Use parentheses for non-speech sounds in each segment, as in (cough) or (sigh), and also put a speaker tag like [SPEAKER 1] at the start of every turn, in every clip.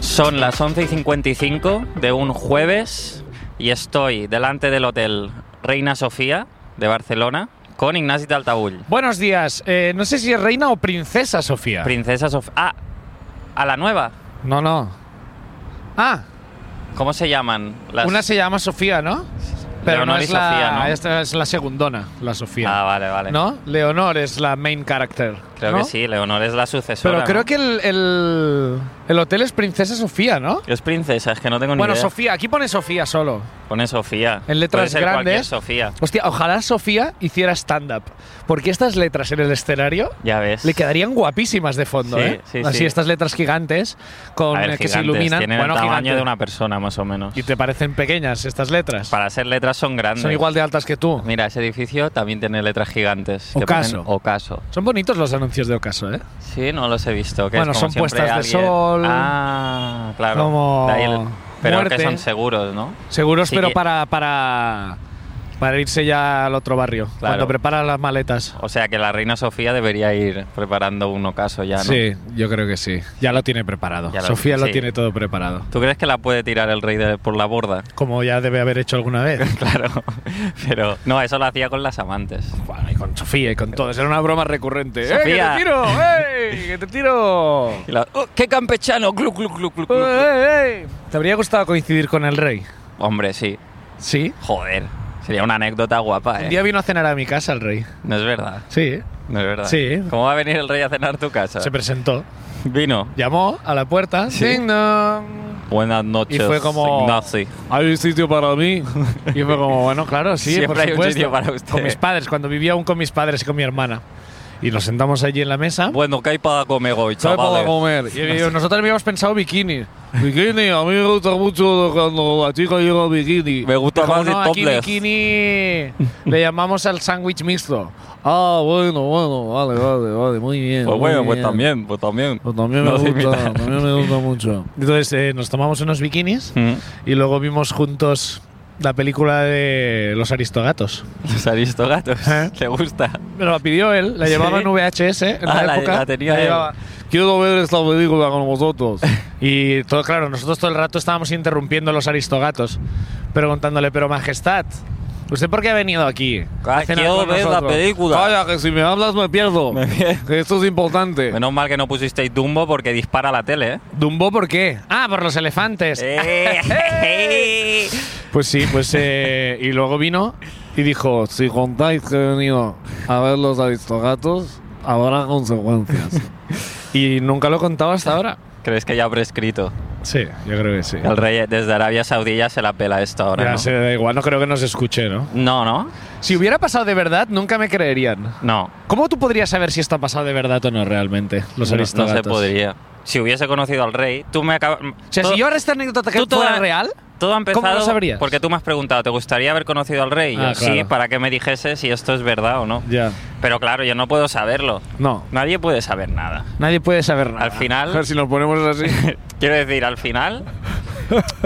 [SPEAKER 1] Son las 11 y 55 de un jueves y estoy delante del hotel Reina Sofía de Barcelona con Ignasi Taltabull.
[SPEAKER 2] Buenos días. Eh, no sé si es reina o princesa Sofía.
[SPEAKER 1] Princesa Sofía. Ah, a la nueva.
[SPEAKER 2] no, no. Ah,
[SPEAKER 1] ¿Cómo se llaman? Las-
[SPEAKER 2] una se llama Sofía, ¿no? Pero no
[SPEAKER 1] Leonor y
[SPEAKER 2] es la,
[SPEAKER 1] Sofía, ¿no?
[SPEAKER 2] esta es la segundona, la Sofía.
[SPEAKER 1] Ah, vale, vale.
[SPEAKER 2] ¿No? Leonor es la main character.
[SPEAKER 1] Creo
[SPEAKER 2] ¿no?
[SPEAKER 1] que sí, Leonor es la sucesora.
[SPEAKER 2] Pero creo
[SPEAKER 1] ¿no?
[SPEAKER 2] que el, el- el hotel es Princesa Sofía, ¿no?
[SPEAKER 1] Es princesa, es que no tengo ni
[SPEAKER 2] Bueno,
[SPEAKER 1] idea.
[SPEAKER 2] Sofía, aquí pone Sofía solo.
[SPEAKER 1] Pone Sofía.
[SPEAKER 2] En letras
[SPEAKER 1] Puede ser
[SPEAKER 2] grandes.
[SPEAKER 1] cualquier Sofía.
[SPEAKER 2] Hostia, ojalá Sofía hiciera stand-up. Porque estas letras en el escenario
[SPEAKER 1] Ya ves.
[SPEAKER 2] le quedarían guapísimas de fondo,
[SPEAKER 1] Sí,
[SPEAKER 2] ¿eh?
[SPEAKER 1] sí,
[SPEAKER 2] Así,
[SPEAKER 1] sí.
[SPEAKER 2] estas letras gigantes con,
[SPEAKER 1] A ver,
[SPEAKER 2] eh, que se
[SPEAKER 1] gigantes,
[SPEAKER 2] iluminan.
[SPEAKER 1] Tienen el tamaño
[SPEAKER 2] gigante.
[SPEAKER 1] de una persona, más o menos.
[SPEAKER 2] ¿Y te parecen pequeñas estas letras?
[SPEAKER 1] Para ser letras son grandes.
[SPEAKER 2] Son igual de altas que tú.
[SPEAKER 1] Mira, ese edificio también tiene letras gigantes. que
[SPEAKER 2] Ocaso.
[SPEAKER 1] ponen ocaso.
[SPEAKER 2] Son bonitos los anuncios de Ocaso, ¿eh?
[SPEAKER 1] Sí, no los he visto. que es
[SPEAKER 2] Bueno,
[SPEAKER 1] como
[SPEAKER 2] son
[SPEAKER 1] siempre
[SPEAKER 2] puestas de
[SPEAKER 1] alguien-
[SPEAKER 2] sol,
[SPEAKER 1] Ah, claro.
[SPEAKER 2] como
[SPEAKER 1] De ahí el- Pero que
[SPEAKER 2] muerte.
[SPEAKER 1] son seguros, ¿no?
[SPEAKER 2] Seguros,
[SPEAKER 1] Sí
[SPEAKER 2] pero
[SPEAKER 1] que-
[SPEAKER 2] para, para, para irse ya al otro barrio, cuando preparan las maletas.
[SPEAKER 1] O sea que la reina Sofía debería ir preparando un ocaso ya, ¿no?
[SPEAKER 2] Sí, yo creo que sí. Ya lo tiene preparado.
[SPEAKER 1] Ya lo-
[SPEAKER 2] Sofía lo
[SPEAKER 1] sí.
[SPEAKER 2] tiene todo preparado.
[SPEAKER 1] ¿Tú crees que la puede tirar el rey de- por la borda? (laughs)
[SPEAKER 2] Como ya debe haber hecho alguna vez.
[SPEAKER 1] Claro. Pero no, eso lo hacía con las amantes.
[SPEAKER 2] Bueno, y con Sofía y con todos. Era una broma recurrente. ¡Eh, que
[SPEAKER 1] Sofía.
[SPEAKER 2] te tiro! ¡Eh, que te tiro!
[SPEAKER 1] (laughs) Y la- ¡Oh, ¡Qué campechano! ¡Glu, glu, glu, glu, glu, glu!
[SPEAKER 2] ¡Eh, eh, eh! ¿Te habría gustado coincidir con el rey?
[SPEAKER 1] Hombre, sí.
[SPEAKER 2] Sí.
[SPEAKER 1] Joder. Sería una anécdota guapa,
[SPEAKER 2] Un
[SPEAKER 1] ¿eh?
[SPEAKER 2] día vino a cenar a mi casa el rey.
[SPEAKER 1] No es verdad.
[SPEAKER 2] Sí, ¿eh?
[SPEAKER 1] No es verdad.
[SPEAKER 2] Sí.
[SPEAKER 1] ¿Cómo va a venir el rey a cenar a tu casa?
[SPEAKER 2] se presentó.
[SPEAKER 1] Vino.
[SPEAKER 2] Llamó a la puerta.
[SPEAKER 1] Sí.
[SPEAKER 2] Ding dong.
[SPEAKER 1] Buenas noches.
[SPEAKER 2] Y fue como.
[SPEAKER 1] Ignasi.
[SPEAKER 2] ¿Hay un sitio para mí? (laughs) Y fue como, bueno, claro, sí.
[SPEAKER 1] Siempre
[SPEAKER 2] por
[SPEAKER 1] hay un
[SPEAKER 2] supuesto.
[SPEAKER 1] sitio para usted.
[SPEAKER 2] Con mis padres, cuando vivía aún con mis padres y con mi hermana. Y nos sentamos allí en la mesa.
[SPEAKER 1] Bueno, ¿qué hay para comer hoy,
[SPEAKER 2] ¿Sabe ¿Ah? para
[SPEAKER 1] chavales?
[SPEAKER 2] comer? Y (laughs) yo, nosotros habíamos pensado bikini. Bikini, a mí me gusta mucho cuando la chica llega en bikini.
[SPEAKER 1] Me gusta
[SPEAKER 2] Como,
[SPEAKER 1] más de
[SPEAKER 2] no, aquí
[SPEAKER 1] topless".
[SPEAKER 2] bikini (laughs) le llamamos al sándwich mixto. Ah, bueno, bueno, vale, vale, vale, muy bien.
[SPEAKER 1] Pues
[SPEAKER 2] muy
[SPEAKER 1] bueno, pues
[SPEAKER 2] bien.
[SPEAKER 1] también, pues también.
[SPEAKER 2] Pues también me
[SPEAKER 1] Nos
[SPEAKER 2] gusta,
[SPEAKER 1] invitan.
[SPEAKER 2] también me gusta mucho. Entonces eh, nos tomamos unos bikinis
[SPEAKER 1] Mm. (laughs)
[SPEAKER 2] y luego vimos juntos la película de Los Aristogatos.
[SPEAKER 1] Los aristogatos. (laughs)
[SPEAKER 2] ¿Eh?
[SPEAKER 1] ¿Te gusta?
[SPEAKER 2] Me la pidió él, la
[SPEAKER 1] ¿Sí?
[SPEAKER 2] llevaba en VHS en
[SPEAKER 1] Ah,
[SPEAKER 2] la
[SPEAKER 1] la-
[SPEAKER 2] época.
[SPEAKER 1] la tenía él.
[SPEAKER 2] llevaba, Quiero ver esta película con vosotros. (laughs) y todo, claro, nosotros todo el rato estábamos interrumpiendo a los aristogatos, preguntándole, pero majestad, ¿usted por qué ha venido aquí?
[SPEAKER 1] Ah,
[SPEAKER 2] A cenar
[SPEAKER 1] quiero
[SPEAKER 2] con
[SPEAKER 1] ver la
[SPEAKER 2] nosotros?"
[SPEAKER 1] película.
[SPEAKER 2] Calla, que si me hablas me pierdo.
[SPEAKER 1] Me pierdo.
[SPEAKER 2] que esto es importante.
[SPEAKER 1] Menos mal que no pusisteis Dumbo porque dispara la tele, ¿eh?
[SPEAKER 2] ¿Dumbo por qué? Ah, por los elefantes. (laughs)
[SPEAKER 1] ¡Eh!
[SPEAKER 2] Pues sí, pues eh, y luego vino y dijo, si contáis que he venido a ver los aristogatos, habrá (laughs) consecuencias. y nunca lo he contado hasta ahora.
[SPEAKER 1] ¿Crees que ya ha prescrito?
[SPEAKER 2] Sí, yo creo que sí.
[SPEAKER 1] El rey desde Arabia Saudí ya se la pela esto ahora,
[SPEAKER 2] Ya
[SPEAKER 1] ¿no?
[SPEAKER 2] se da igual, no creo que nos escuche, ¿no?
[SPEAKER 1] No, no.
[SPEAKER 2] Si hubiera pasado de verdad, nunca me creerían.
[SPEAKER 1] No.
[SPEAKER 2] ¿Cómo tú podrías saber si esto ha pasado de verdad o no realmente, los
[SPEAKER 1] No- no,
[SPEAKER 2] aristogatos?
[SPEAKER 1] se podría. Si hubiese conocido al rey, tú me acabas...
[SPEAKER 2] O sea, si yo ahora esta anécdota que
[SPEAKER 1] tú toda-
[SPEAKER 2] fuera real,
[SPEAKER 1] Todo ha empezado
[SPEAKER 2] ¿Cómo lo sabrías?
[SPEAKER 1] porque tú me has preguntado, ¿te gustaría haber conocido al rey? Y
[SPEAKER 2] Ah,
[SPEAKER 1] yo, Sí,
[SPEAKER 2] claro.
[SPEAKER 1] para que me dijese si esto es verdad o no.
[SPEAKER 2] ya.
[SPEAKER 1] Pero claro, yo no puedo saberlo.
[SPEAKER 2] No,
[SPEAKER 1] Nadie puede saber nada.
[SPEAKER 2] nadie puede saber nada.
[SPEAKER 1] Al final- A ver
[SPEAKER 2] si nos ponemos así.
[SPEAKER 1] Quiero decir, al final,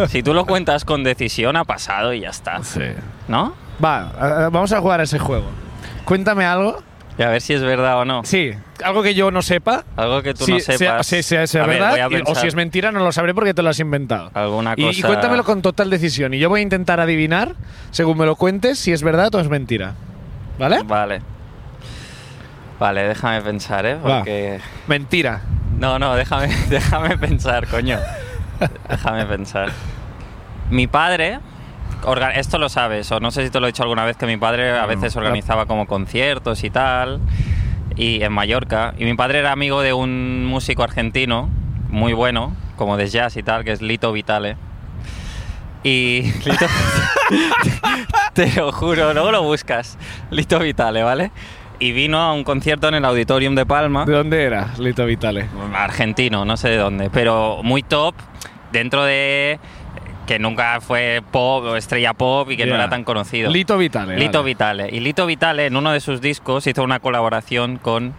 [SPEAKER 1] si tú lo cuentas con decisión, ha pasado y ya está.
[SPEAKER 2] (laughs) sí.
[SPEAKER 1] ¿No?
[SPEAKER 2] Va, a- a- vamos a jugar a ese juego. Cuéntame algo.
[SPEAKER 1] Y a ver si es verdad o no.
[SPEAKER 2] Sí, algo que yo no sepa.
[SPEAKER 1] Algo que tú
[SPEAKER 2] Sí,
[SPEAKER 1] no
[SPEAKER 2] sea-
[SPEAKER 1] sepas.
[SPEAKER 2] sí, sea- sea
[SPEAKER 1] A ver,
[SPEAKER 2] verdad,
[SPEAKER 1] voy a
[SPEAKER 2] y- o
[SPEAKER 1] pensar
[SPEAKER 2] si es mentira, no lo sabré porque te lo has inventado.
[SPEAKER 1] Alguna
[SPEAKER 2] Y,
[SPEAKER 1] cosa.
[SPEAKER 2] y cuéntamelo con total decisión. Y yo voy a intentar adivinar, según me lo cuentes, si es verdad o es mentira. ¿Vale?
[SPEAKER 1] Vale. Vale, déjame pensar, ¿eh?
[SPEAKER 2] Va.
[SPEAKER 1] Porque.
[SPEAKER 2] Mentira.
[SPEAKER 1] No, no, déjame, (laughs) déjame pensar, coño. déjame pensar. Mi padre, orga- esto lo sabes, o no sé si te lo he dicho alguna vez, que mi padre a
[SPEAKER 2] No,
[SPEAKER 1] veces
[SPEAKER 2] la-
[SPEAKER 1] organizaba como conciertos y tal, y en Mallorca. Y mi padre era amigo de un músico argentino, muy bueno, como de jazz y tal, que es Lito Vitale. Y
[SPEAKER 2] (laughs)
[SPEAKER 1] Lito, (laughs) te lo juro, luego lo buscas. Lito Vitale, ¿vale? Y vino a un concierto en el Auditorium de Palma
[SPEAKER 2] ¿De dónde era, Lito Vitale?
[SPEAKER 1] argentino, no sé de dónde, pero muy top dentro de que nunca fue pop o estrella pop y que
[SPEAKER 2] Ya.
[SPEAKER 1] no era tan conocido.
[SPEAKER 2] Lito Vitale.
[SPEAKER 1] Lito
[SPEAKER 2] vale.
[SPEAKER 1] Vitale. Y Lito Vitale en uno de sus discos hizo una colaboración con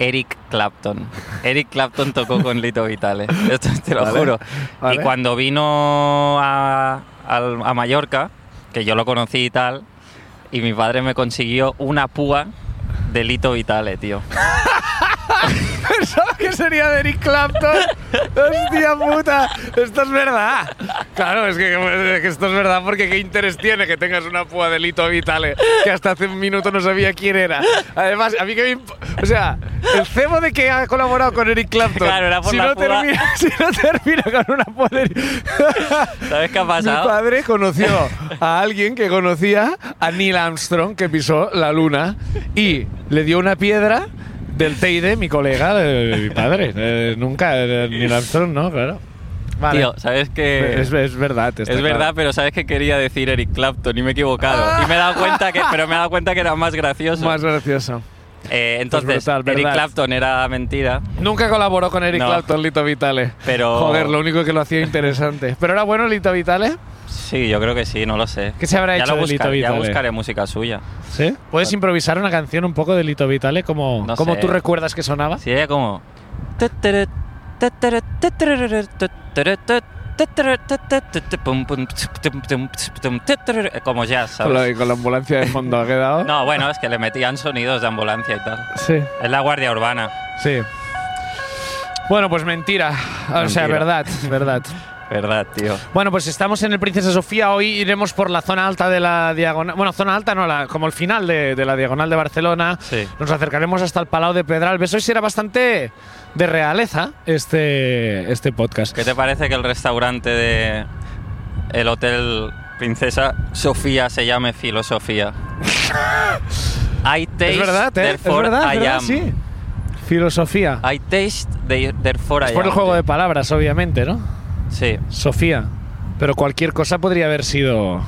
[SPEAKER 1] Eric
[SPEAKER 2] (laughs)
[SPEAKER 1] Clapton. Eric Clapton tocó con Lito Vitale. Esto te lo
[SPEAKER 2] Vale,
[SPEAKER 1] juro.
[SPEAKER 2] vale.
[SPEAKER 1] Y cuando vino a, al- a Mallorca, que yo lo conocí y tal, y mi padre me consiguió una púa de Lito Vitale, tío.
[SPEAKER 2] (laughs) Pensaba que sería de Eric Clapton. Hostia puta. Esto es verdad. Claro, es que, es que esto es verdad porque qué interés tiene que tengas una púa de Lito Vitale que hasta hace un minuto no sabía quién era. Además, a mí que me imp- O sea, el cebo de que ha colaborado con Eric Clapton.
[SPEAKER 1] Claro, era por
[SPEAKER 2] si
[SPEAKER 1] la
[SPEAKER 2] no
[SPEAKER 1] púa.
[SPEAKER 2] termina, (laughs) Si no termina con una púa de Eric-
[SPEAKER 1] ¿Sabes qué ha
[SPEAKER 2] Mi
[SPEAKER 1] pasado?
[SPEAKER 2] padre conoció
[SPEAKER 1] (laughs)
[SPEAKER 2] a alguien que conocía a Neil Armstrong, que pisó la luna, y le dio una piedra del Teide, mi colega, de mi padre. Eh, nunca, eh, Neil Armstrong, ¿no? Claro. Vale. Eh,
[SPEAKER 1] Tío, ¿sabes qué?
[SPEAKER 2] es, es verdad. está
[SPEAKER 1] Es
[SPEAKER 2] claro.
[SPEAKER 1] verdad, pero sabes que quería decir Eric Clapton y me he equivocado. Y me he dado cuenta que, pero me he dado cuenta que era más gracioso.
[SPEAKER 2] Más gracioso.
[SPEAKER 1] Eh, entonces,
[SPEAKER 2] Es brutal,
[SPEAKER 1] Eric
[SPEAKER 2] ¿verdad?
[SPEAKER 1] Clapton era mentira.
[SPEAKER 2] Nunca colaboró con Eric
[SPEAKER 1] No.
[SPEAKER 2] Clapton, Lito Vitale.
[SPEAKER 1] Pero-
[SPEAKER 2] Joder, lo único que lo hacía interesante. Pero era bueno Lito Vitale.
[SPEAKER 1] Sí, yo creo que sí, no lo sé.
[SPEAKER 2] ¿Qué se habrá
[SPEAKER 1] ya
[SPEAKER 2] hecho eh?
[SPEAKER 1] lo
[SPEAKER 2] de Lito
[SPEAKER 1] buscaré, Ya
[SPEAKER 2] Vitale?
[SPEAKER 1] buscaré música suya.
[SPEAKER 2] ¿Sí? ¿Puedes improvisar una canción un poco de Lito Vitale? Como,
[SPEAKER 1] No
[SPEAKER 2] como
[SPEAKER 1] sé.
[SPEAKER 2] tú recuerdas que sonaba.
[SPEAKER 1] Si ella eh, como... Como jazz,
[SPEAKER 2] Con, la,
[SPEAKER 1] ¿sabes?
[SPEAKER 2] con la ambulancia de fondo ha quedado.
[SPEAKER 1] No, bueno, es que le metían sonidos de ambulancia y tal.
[SPEAKER 2] Sí.
[SPEAKER 1] Es la guardia urbana,
[SPEAKER 2] Sí. Bueno, pues mentira. O sea,
[SPEAKER 1] Mentira.
[SPEAKER 2] verdad, verdad.
[SPEAKER 1] ¿verdad, tío?
[SPEAKER 2] Bueno, pues estamos en el Princesa Sofía. Hoy iremos por la zona alta de la diagonal. Bueno, zona alta no, la, como el final de, de la diagonal de Barcelona.
[SPEAKER 1] Sí.
[SPEAKER 2] Nos acercaremos hasta el Palau de Pedralbes. Hoy será bastante de realeza este, este podcast.
[SPEAKER 1] ¿Qué te parece que el restaurante de el hotel Princesa Sofía se llame
[SPEAKER 2] (laughs)
[SPEAKER 1] Filosofía? I taste,
[SPEAKER 2] Es verdad, ¿eh? Es
[SPEAKER 1] therefore
[SPEAKER 2] verdad, es
[SPEAKER 1] I
[SPEAKER 2] verdad,
[SPEAKER 1] am.
[SPEAKER 2] sí. Filosofía.
[SPEAKER 1] I taste, they- therefore
[SPEAKER 2] Es
[SPEAKER 1] I
[SPEAKER 2] por el
[SPEAKER 1] am,
[SPEAKER 2] juego
[SPEAKER 1] tío.
[SPEAKER 2] de palabras, obviamente, ¿no?
[SPEAKER 1] Sí.
[SPEAKER 2] Sofía. Pero cualquier cosa podría haber sido.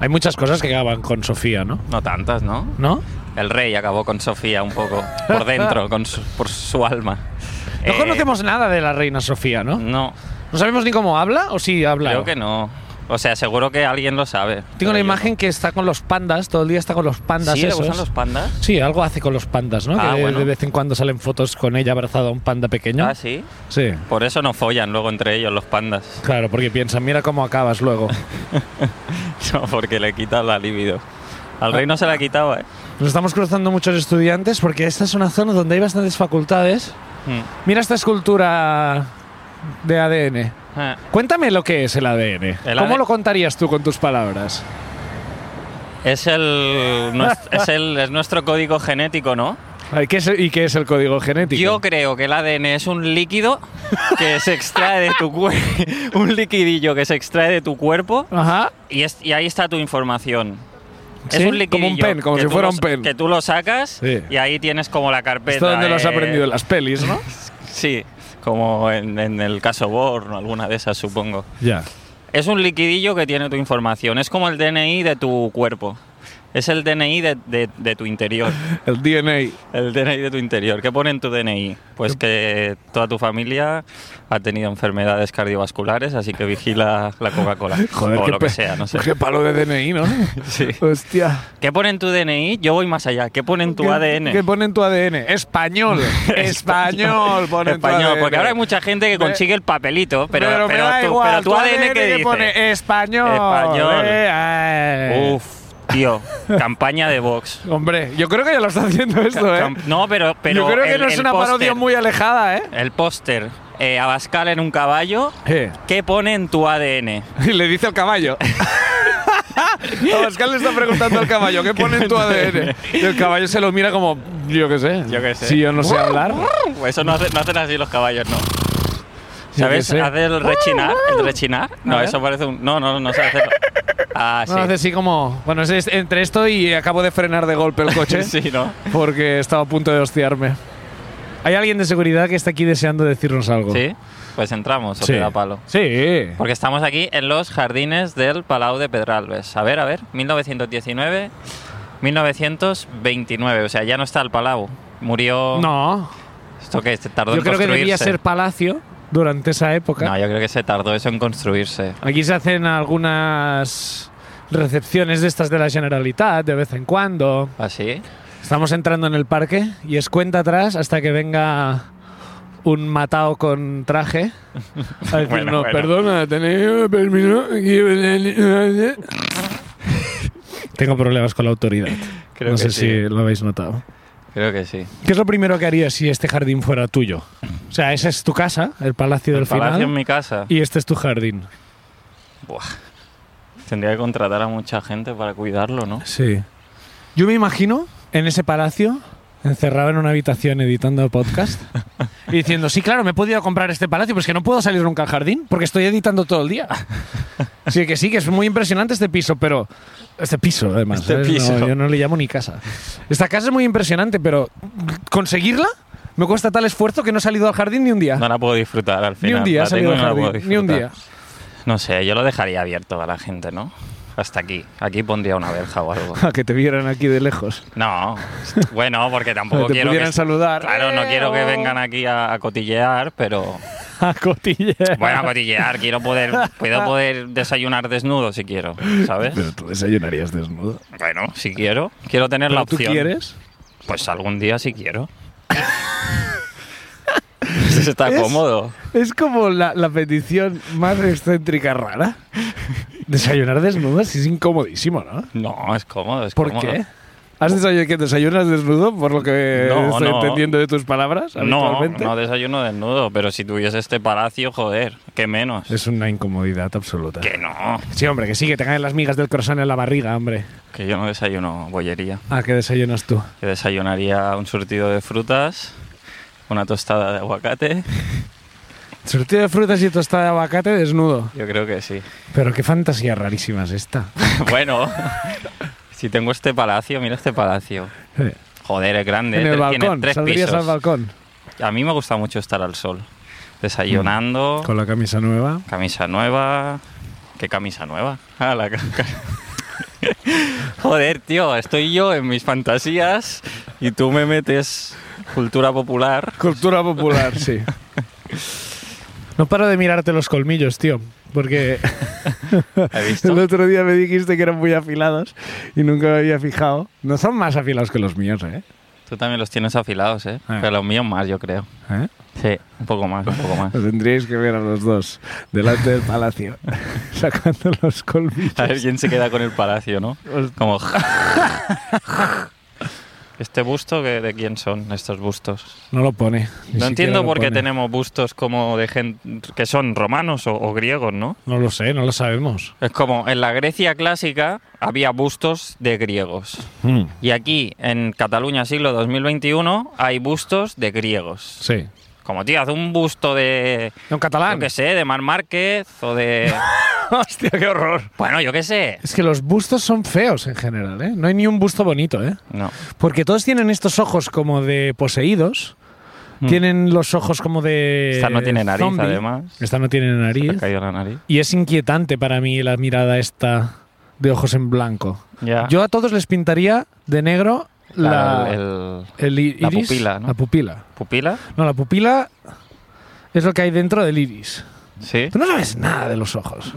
[SPEAKER 2] Hay muchas cosas que acaban con Sofía, ¿no?
[SPEAKER 1] No tantas, ¿no?
[SPEAKER 2] ¿No?
[SPEAKER 1] El rey acabó con Sofía un poco por dentro, con su- por su alma.
[SPEAKER 2] No
[SPEAKER 1] Eh,
[SPEAKER 2] conocemos nada de la reina Sofía, ¿no?
[SPEAKER 1] No,
[SPEAKER 2] No sabemos ni cómo habla o si habla.
[SPEAKER 1] creo que no. O sea, seguro que alguien lo sabe.
[SPEAKER 2] Tengo
[SPEAKER 1] pero
[SPEAKER 2] la
[SPEAKER 1] yo
[SPEAKER 2] imagen
[SPEAKER 1] no.
[SPEAKER 2] que está con los pandas, todo el día está con los pandas
[SPEAKER 1] ¿Sí le
[SPEAKER 2] esos.
[SPEAKER 1] gustan los pandas?
[SPEAKER 2] Sí, algo hace con los pandas, ¿no?
[SPEAKER 1] Ah,
[SPEAKER 2] que de-
[SPEAKER 1] bueno.
[SPEAKER 2] de vez en cuando salen fotos con ella abrazada a un panda pequeño.
[SPEAKER 1] Ah, sí.
[SPEAKER 2] Sí.
[SPEAKER 1] Por eso no follan luego entre ellos los pandas.
[SPEAKER 2] Claro, porque piensan, mira cómo
[SPEAKER 1] (laughs)
[SPEAKER 2] acabas luego.
[SPEAKER 1] No, porque le quita la libido. Al rey no se la quitaba, ¿eh?
[SPEAKER 2] Nos estamos cruzando muchos estudiantes porque esta es una zona donde hay bastantes facultades.
[SPEAKER 1] Mm.
[SPEAKER 2] Mira esta escultura de ADN.
[SPEAKER 1] Ah.
[SPEAKER 2] Cuéntame lo que es el ADN.
[SPEAKER 1] El
[SPEAKER 2] ¿Cómo
[SPEAKER 1] ADN?
[SPEAKER 2] lo contarías tú con tus palabras?
[SPEAKER 1] Es el, (laughs) nues- es el es nuestro código genético, ¿no?
[SPEAKER 2] Ay, ¿qué es- ¿Y qué es el código genético?
[SPEAKER 1] Yo creo que el ADN es un líquido que se extrae de tu cuerpo, (laughs) un liquidillo que se extrae de tu cuerpo
[SPEAKER 2] Ajá.
[SPEAKER 1] y, es- y ahí está tu información.
[SPEAKER 2] Sí,
[SPEAKER 1] Es un
[SPEAKER 2] como
[SPEAKER 1] liquidillo
[SPEAKER 2] un pen, como
[SPEAKER 1] que
[SPEAKER 2] si
[SPEAKER 1] tú
[SPEAKER 2] fuera
[SPEAKER 1] lo-
[SPEAKER 2] un pen.
[SPEAKER 1] Que tú lo sacas
[SPEAKER 2] Sí.
[SPEAKER 1] y ahí tienes como la carpeta.
[SPEAKER 2] Esto donde lo has
[SPEAKER 1] eh,
[SPEAKER 2] aprendido en las pelis,
[SPEAKER 1] (laughs)
[SPEAKER 2] ¿no?
[SPEAKER 1] Sí, como en, en el caso Born o alguna de esas, supongo.
[SPEAKER 2] ya.
[SPEAKER 1] Es un liquidillo que tiene tu información. Es como el DNI de tu cuerpo. Es el DNI de, de- de tu
[SPEAKER 2] (laughs)
[SPEAKER 1] interior.
[SPEAKER 2] El DNA.
[SPEAKER 1] El DNI de tu interior. ¿Qué pone en tu DNI? Pues que toda tu familia ha tenido enfermedades cardiovasculares, así que vigila la
[SPEAKER 2] (laughs)
[SPEAKER 1] Coca-Cola. o
[SPEAKER 2] qué
[SPEAKER 1] lo que
[SPEAKER 2] pe-
[SPEAKER 1] sea,
[SPEAKER 2] (laughs)
[SPEAKER 1] no sé.
[SPEAKER 2] Qué palo de DNI, ¿no?
[SPEAKER 1] (laughs) Sí.
[SPEAKER 2] Hostia.
[SPEAKER 1] ¿Qué pone en tu DNI? Yo voy más allá. ¿Qué pone en tu
[SPEAKER 2] ¿Qué-
[SPEAKER 1] ADN?
[SPEAKER 2] ¿Qué pone en tu ADN?
[SPEAKER 1] (laughs)
[SPEAKER 2] Español. Español pone en tu
[SPEAKER 1] Español,
[SPEAKER 2] ADN.
[SPEAKER 1] porque ahora hay mucha gente que
[SPEAKER 2] Me-
[SPEAKER 1] consigue el papelito, pero,
[SPEAKER 2] pero, me
[SPEAKER 1] pero
[SPEAKER 2] da
[SPEAKER 1] tu,
[SPEAKER 2] igual,
[SPEAKER 1] pero tu ADN,
[SPEAKER 2] ADN
[SPEAKER 1] ¿qué
[SPEAKER 2] que
[SPEAKER 1] dice?
[SPEAKER 2] pone español.
[SPEAKER 1] Español.
[SPEAKER 2] Eh, ay.
[SPEAKER 1] Uf, tío, campaña de Vox.
[SPEAKER 2] (laughs) Hombre, yo creo que ya lo está haciendo esto, ¿eh?
[SPEAKER 1] Cam- No, pero, pero
[SPEAKER 2] yo creo que
[SPEAKER 1] el-
[SPEAKER 2] no es
[SPEAKER 1] el
[SPEAKER 2] una parodia
[SPEAKER 1] póster,
[SPEAKER 2] muy alejada, ¿eh?
[SPEAKER 1] El póster, eh, Abascal en un caballo,
[SPEAKER 2] Eh.
[SPEAKER 1] ¿qué pone en tu ADN?
[SPEAKER 2] Y (laughs) le dice al caballo. Pascal le está preguntando al caballo, (laughs) ¿qué pone en tu ADN? Y el caballo se lo mira como, yo qué sé.
[SPEAKER 1] Yo qué sé.
[SPEAKER 2] Si yo no sé hablar.
[SPEAKER 1] Pues Eso no, hace- no hacen así los caballos, ¿no?
[SPEAKER 2] qué
[SPEAKER 1] ¿Sabes?
[SPEAKER 2] sé.
[SPEAKER 1] Hace el rechinar, el rechinar. No,
[SPEAKER 2] ver.
[SPEAKER 1] eso parece un... No, no, no sé hacerlo. Ah, sí.
[SPEAKER 2] No, hace así como. Bueno, es- es entre esto y acabo de frenar de golpe el
[SPEAKER 1] (laughs)
[SPEAKER 2] coche
[SPEAKER 1] Sí, ¿no?
[SPEAKER 2] porque estaba a punto de hostiarme. Hay alguien de seguridad que está aquí deseando decirnos algo.
[SPEAKER 1] Sí, pues entramos, o te da palo.
[SPEAKER 2] Sí.
[SPEAKER 1] Porque estamos aquí en los jardines del Palau de Pedralbes. A ver, a ver, 1919, 1929. O sea, ya no está el Palau. Murió.
[SPEAKER 2] No.
[SPEAKER 1] Esto que se tardó
[SPEAKER 2] Yo
[SPEAKER 1] en
[SPEAKER 2] creo que
[SPEAKER 1] construirse.
[SPEAKER 2] debía ser palacio durante esa época.
[SPEAKER 1] No, yo creo que se tardó eso en construirse.
[SPEAKER 2] Aquí se hacen algunas recepciones de estas de la Generalitat de vez en cuando.
[SPEAKER 1] ¿Así?
[SPEAKER 2] Estamos entrando en el parque y es cuenta atrás hasta que venga un matao con traje a decirnos,
[SPEAKER 1] Bueno, bueno.
[SPEAKER 2] perdona, tenéis permiso. Tengo problemas con la autoridad.
[SPEAKER 1] Creo
[SPEAKER 2] no
[SPEAKER 1] que
[SPEAKER 2] sé
[SPEAKER 1] sí.
[SPEAKER 2] si lo habéis notado.
[SPEAKER 1] Creo que sí.
[SPEAKER 2] ¿Qué es lo primero que harías si este jardín fuera tuyo? O sea, esa es tu casa, el palacio del
[SPEAKER 1] El palacio en
[SPEAKER 2] final,
[SPEAKER 1] mi casa.
[SPEAKER 2] y este es tu jardín.
[SPEAKER 1] Buah. Tendría que contratar a mucha gente para cuidarlo, ¿no?
[SPEAKER 2] Sí. Yo me imagino en ese palacio, encerrado en una habitación
[SPEAKER 1] (laughs)
[SPEAKER 2] editando podcast, y diciendo, sí, claro, me he podido comprar este palacio, pero es que no puedo salir nunca al jardín porque estoy editando todo el
[SPEAKER 1] (laughs)
[SPEAKER 2] día. Así que sí, que es muy impresionante este piso, pero... Este piso, además.
[SPEAKER 1] Este
[SPEAKER 2] ¿sabes? No,
[SPEAKER 1] piso.
[SPEAKER 2] yo no le llamo ni casa. Esta casa es muy impresionante, pero conseguirla me cuesta tal esfuerzo que no he salido al jardín ni un día.
[SPEAKER 1] No la puedo disfrutar al
[SPEAKER 2] ni
[SPEAKER 1] final.
[SPEAKER 2] un día he
[SPEAKER 1] La tengo
[SPEAKER 2] salido
[SPEAKER 1] y
[SPEAKER 2] al
[SPEAKER 1] no la puedo
[SPEAKER 2] jardín. Ni un día.
[SPEAKER 1] disfrutar. No sé, yo lo dejaría abierto a la gente, ¿no? Hasta aquí. Aquí pondría una verja o algo.
[SPEAKER 2] (laughs) A que te vieran aquí de lejos.
[SPEAKER 1] No, bueno, porque tampoco
[SPEAKER 2] Te
[SPEAKER 1] quiero
[SPEAKER 2] pudieran
[SPEAKER 1] que...
[SPEAKER 2] saludar.
[SPEAKER 1] Claro, no quiero que vengan aquí a, a cotillear, pero...
[SPEAKER 2] (laughs) A cotillear.
[SPEAKER 1] Bueno, a cotillear, quiero poder, puedo poder desayunar desnudo si quiero, ¿sabes?
[SPEAKER 2] tú desayunarías desnudo.
[SPEAKER 1] Bueno, si quiero, quiero tener la
[SPEAKER 2] ¿Tú
[SPEAKER 1] opción.
[SPEAKER 2] quieres?
[SPEAKER 1] Pues algún día si quiero. Eso Está
[SPEAKER 2] (laughs) Es-
[SPEAKER 1] cómodo.
[SPEAKER 2] Es como la, la petición más excéntrica rara. Desayunar desnudo sí es incomodísimo, ¿no?
[SPEAKER 1] No, es cómodo, es
[SPEAKER 2] ¿Por
[SPEAKER 1] cómodo.
[SPEAKER 2] qué? ¿Has desayunado que desayunas desnudo por lo que
[SPEAKER 1] No,
[SPEAKER 2] estoy
[SPEAKER 1] no.
[SPEAKER 2] entendiendo de tus palabras?
[SPEAKER 1] No,
[SPEAKER 2] habitualmente?
[SPEAKER 1] no desayuno desnudo, pero si tuviese este palacio, joder, qué menos.
[SPEAKER 2] Es una incomodidad absoluta.
[SPEAKER 1] Que no,
[SPEAKER 2] Sí, hombre, que sí, que te caen las migas del croissant en la barriga, hombre.
[SPEAKER 1] que yo no desayuno bollería.
[SPEAKER 2] Ah, que desayunas tú.
[SPEAKER 1] Yo desayunaría un surtido de frutas, una tostada de aguacate.
[SPEAKER 2] Surtido de frutas y tostada de aguacate desnudo.
[SPEAKER 1] Yo creo que sí. (laughs)
[SPEAKER 2] Pero qué fantasía rarísima es esta.
[SPEAKER 1] bueno, (laughs) si tengo este palacio, mira este palacio.
[SPEAKER 2] Eh,
[SPEAKER 1] Joder, es grande.
[SPEAKER 2] en el
[SPEAKER 1] tres- tiene
[SPEAKER 2] balcón,
[SPEAKER 1] tres
[SPEAKER 2] saldrías
[SPEAKER 1] pisos.
[SPEAKER 2] al balcón. Mm.
[SPEAKER 1] A mí me gusta mucho estar al sol, desayunando,
[SPEAKER 2] Con la camisa nueva.
[SPEAKER 1] camisa nueva. ¿Qué camisa nueva? Ah, la ca- ca- (laughs) Joder, tío, estoy yo en mis fantasías y tú me metes cultura popular.
[SPEAKER 2] Cultura popular, sí. No paro de mirarte los colmillos, tío, porque
[SPEAKER 1] ¿He visto? (laughs)
[SPEAKER 2] (laughs) el otro día me dijiste que eran muy afilados y nunca me había fijado. No son más afilados que los míos, ¿eh?
[SPEAKER 1] Tú también los tienes afilados, ¿eh?
[SPEAKER 2] Ah.
[SPEAKER 1] Pero los míos más, yo creo.
[SPEAKER 2] ¿Eh?
[SPEAKER 1] Sí, un poco más, un poco más.
[SPEAKER 2] Lo tendríais que ver a los dos delante del (laughs) palacio, sacando los
[SPEAKER 1] (laughs)
[SPEAKER 2] colmillos.
[SPEAKER 1] A ver quién se queda con el palacio, ¿no? Como... (laughs) Este busto, que- ¿de quién son estos bustos?
[SPEAKER 2] No lo pone. ni
[SPEAKER 1] No
[SPEAKER 2] siquiera
[SPEAKER 1] entiendo
[SPEAKER 2] lo
[SPEAKER 1] por qué
[SPEAKER 2] pone.
[SPEAKER 1] tenemos bustos como de gente que son romanos o, o griegos, ¿no?
[SPEAKER 2] No lo sé, no lo sabemos.
[SPEAKER 1] Es como en la Grecia clásica había bustos de griegos.
[SPEAKER 2] Hmm.
[SPEAKER 1] Y aquí, en Cataluña, siglo 2021, hay bustos de griegos.
[SPEAKER 2] Sí.
[SPEAKER 1] Como, tío, haz un busto de...
[SPEAKER 2] De un
[SPEAKER 1] Yo
[SPEAKER 2] catalán.
[SPEAKER 1] qué sé, de Mar Márquez o de...
[SPEAKER 2] (laughs) Hostia, qué horror.
[SPEAKER 1] Bueno, yo qué sé.
[SPEAKER 2] Es que los bustos son feos en general, ¿eh? No hay ni un busto bonito, ¿eh?
[SPEAKER 1] No.
[SPEAKER 2] Porque todos tienen estos ojos como de poseídos.
[SPEAKER 1] Mm.
[SPEAKER 2] Tienen los ojos como de.
[SPEAKER 1] Esta no tiene nariz,
[SPEAKER 2] Eh, zombie.
[SPEAKER 1] además.
[SPEAKER 2] Esta no tiene
[SPEAKER 1] Me ha
[SPEAKER 2] nariz.
[SPEAKER 1] caído la nariz.
[SPEAKER 2] Y es inquietante para mí la mirada esta de ojos en blanco.
[SPEAKER 1] Ya.
[SPEAKER 2] Yo a todos les pintaría de negro la,
[SPEAKER 1] Ah. La- el-
[SPEAKER 2] el i-
[SPEAKER 1] la
[SPEAKER 2] iris,
[SPEAKER 1] pupila, ¿no?
[SPEAKER 2] La pupila.
[SPEAKER 1] ¿Pupila?
[SPEAKER 2] No, la pupila es lo que hay dentro del iris.
[SPEAKER 1] Sí.
[SPEAKER 2] Tú no sabes nada de los
[SPEAKER 1] (laughs)
[SPEAKER 2] ojos.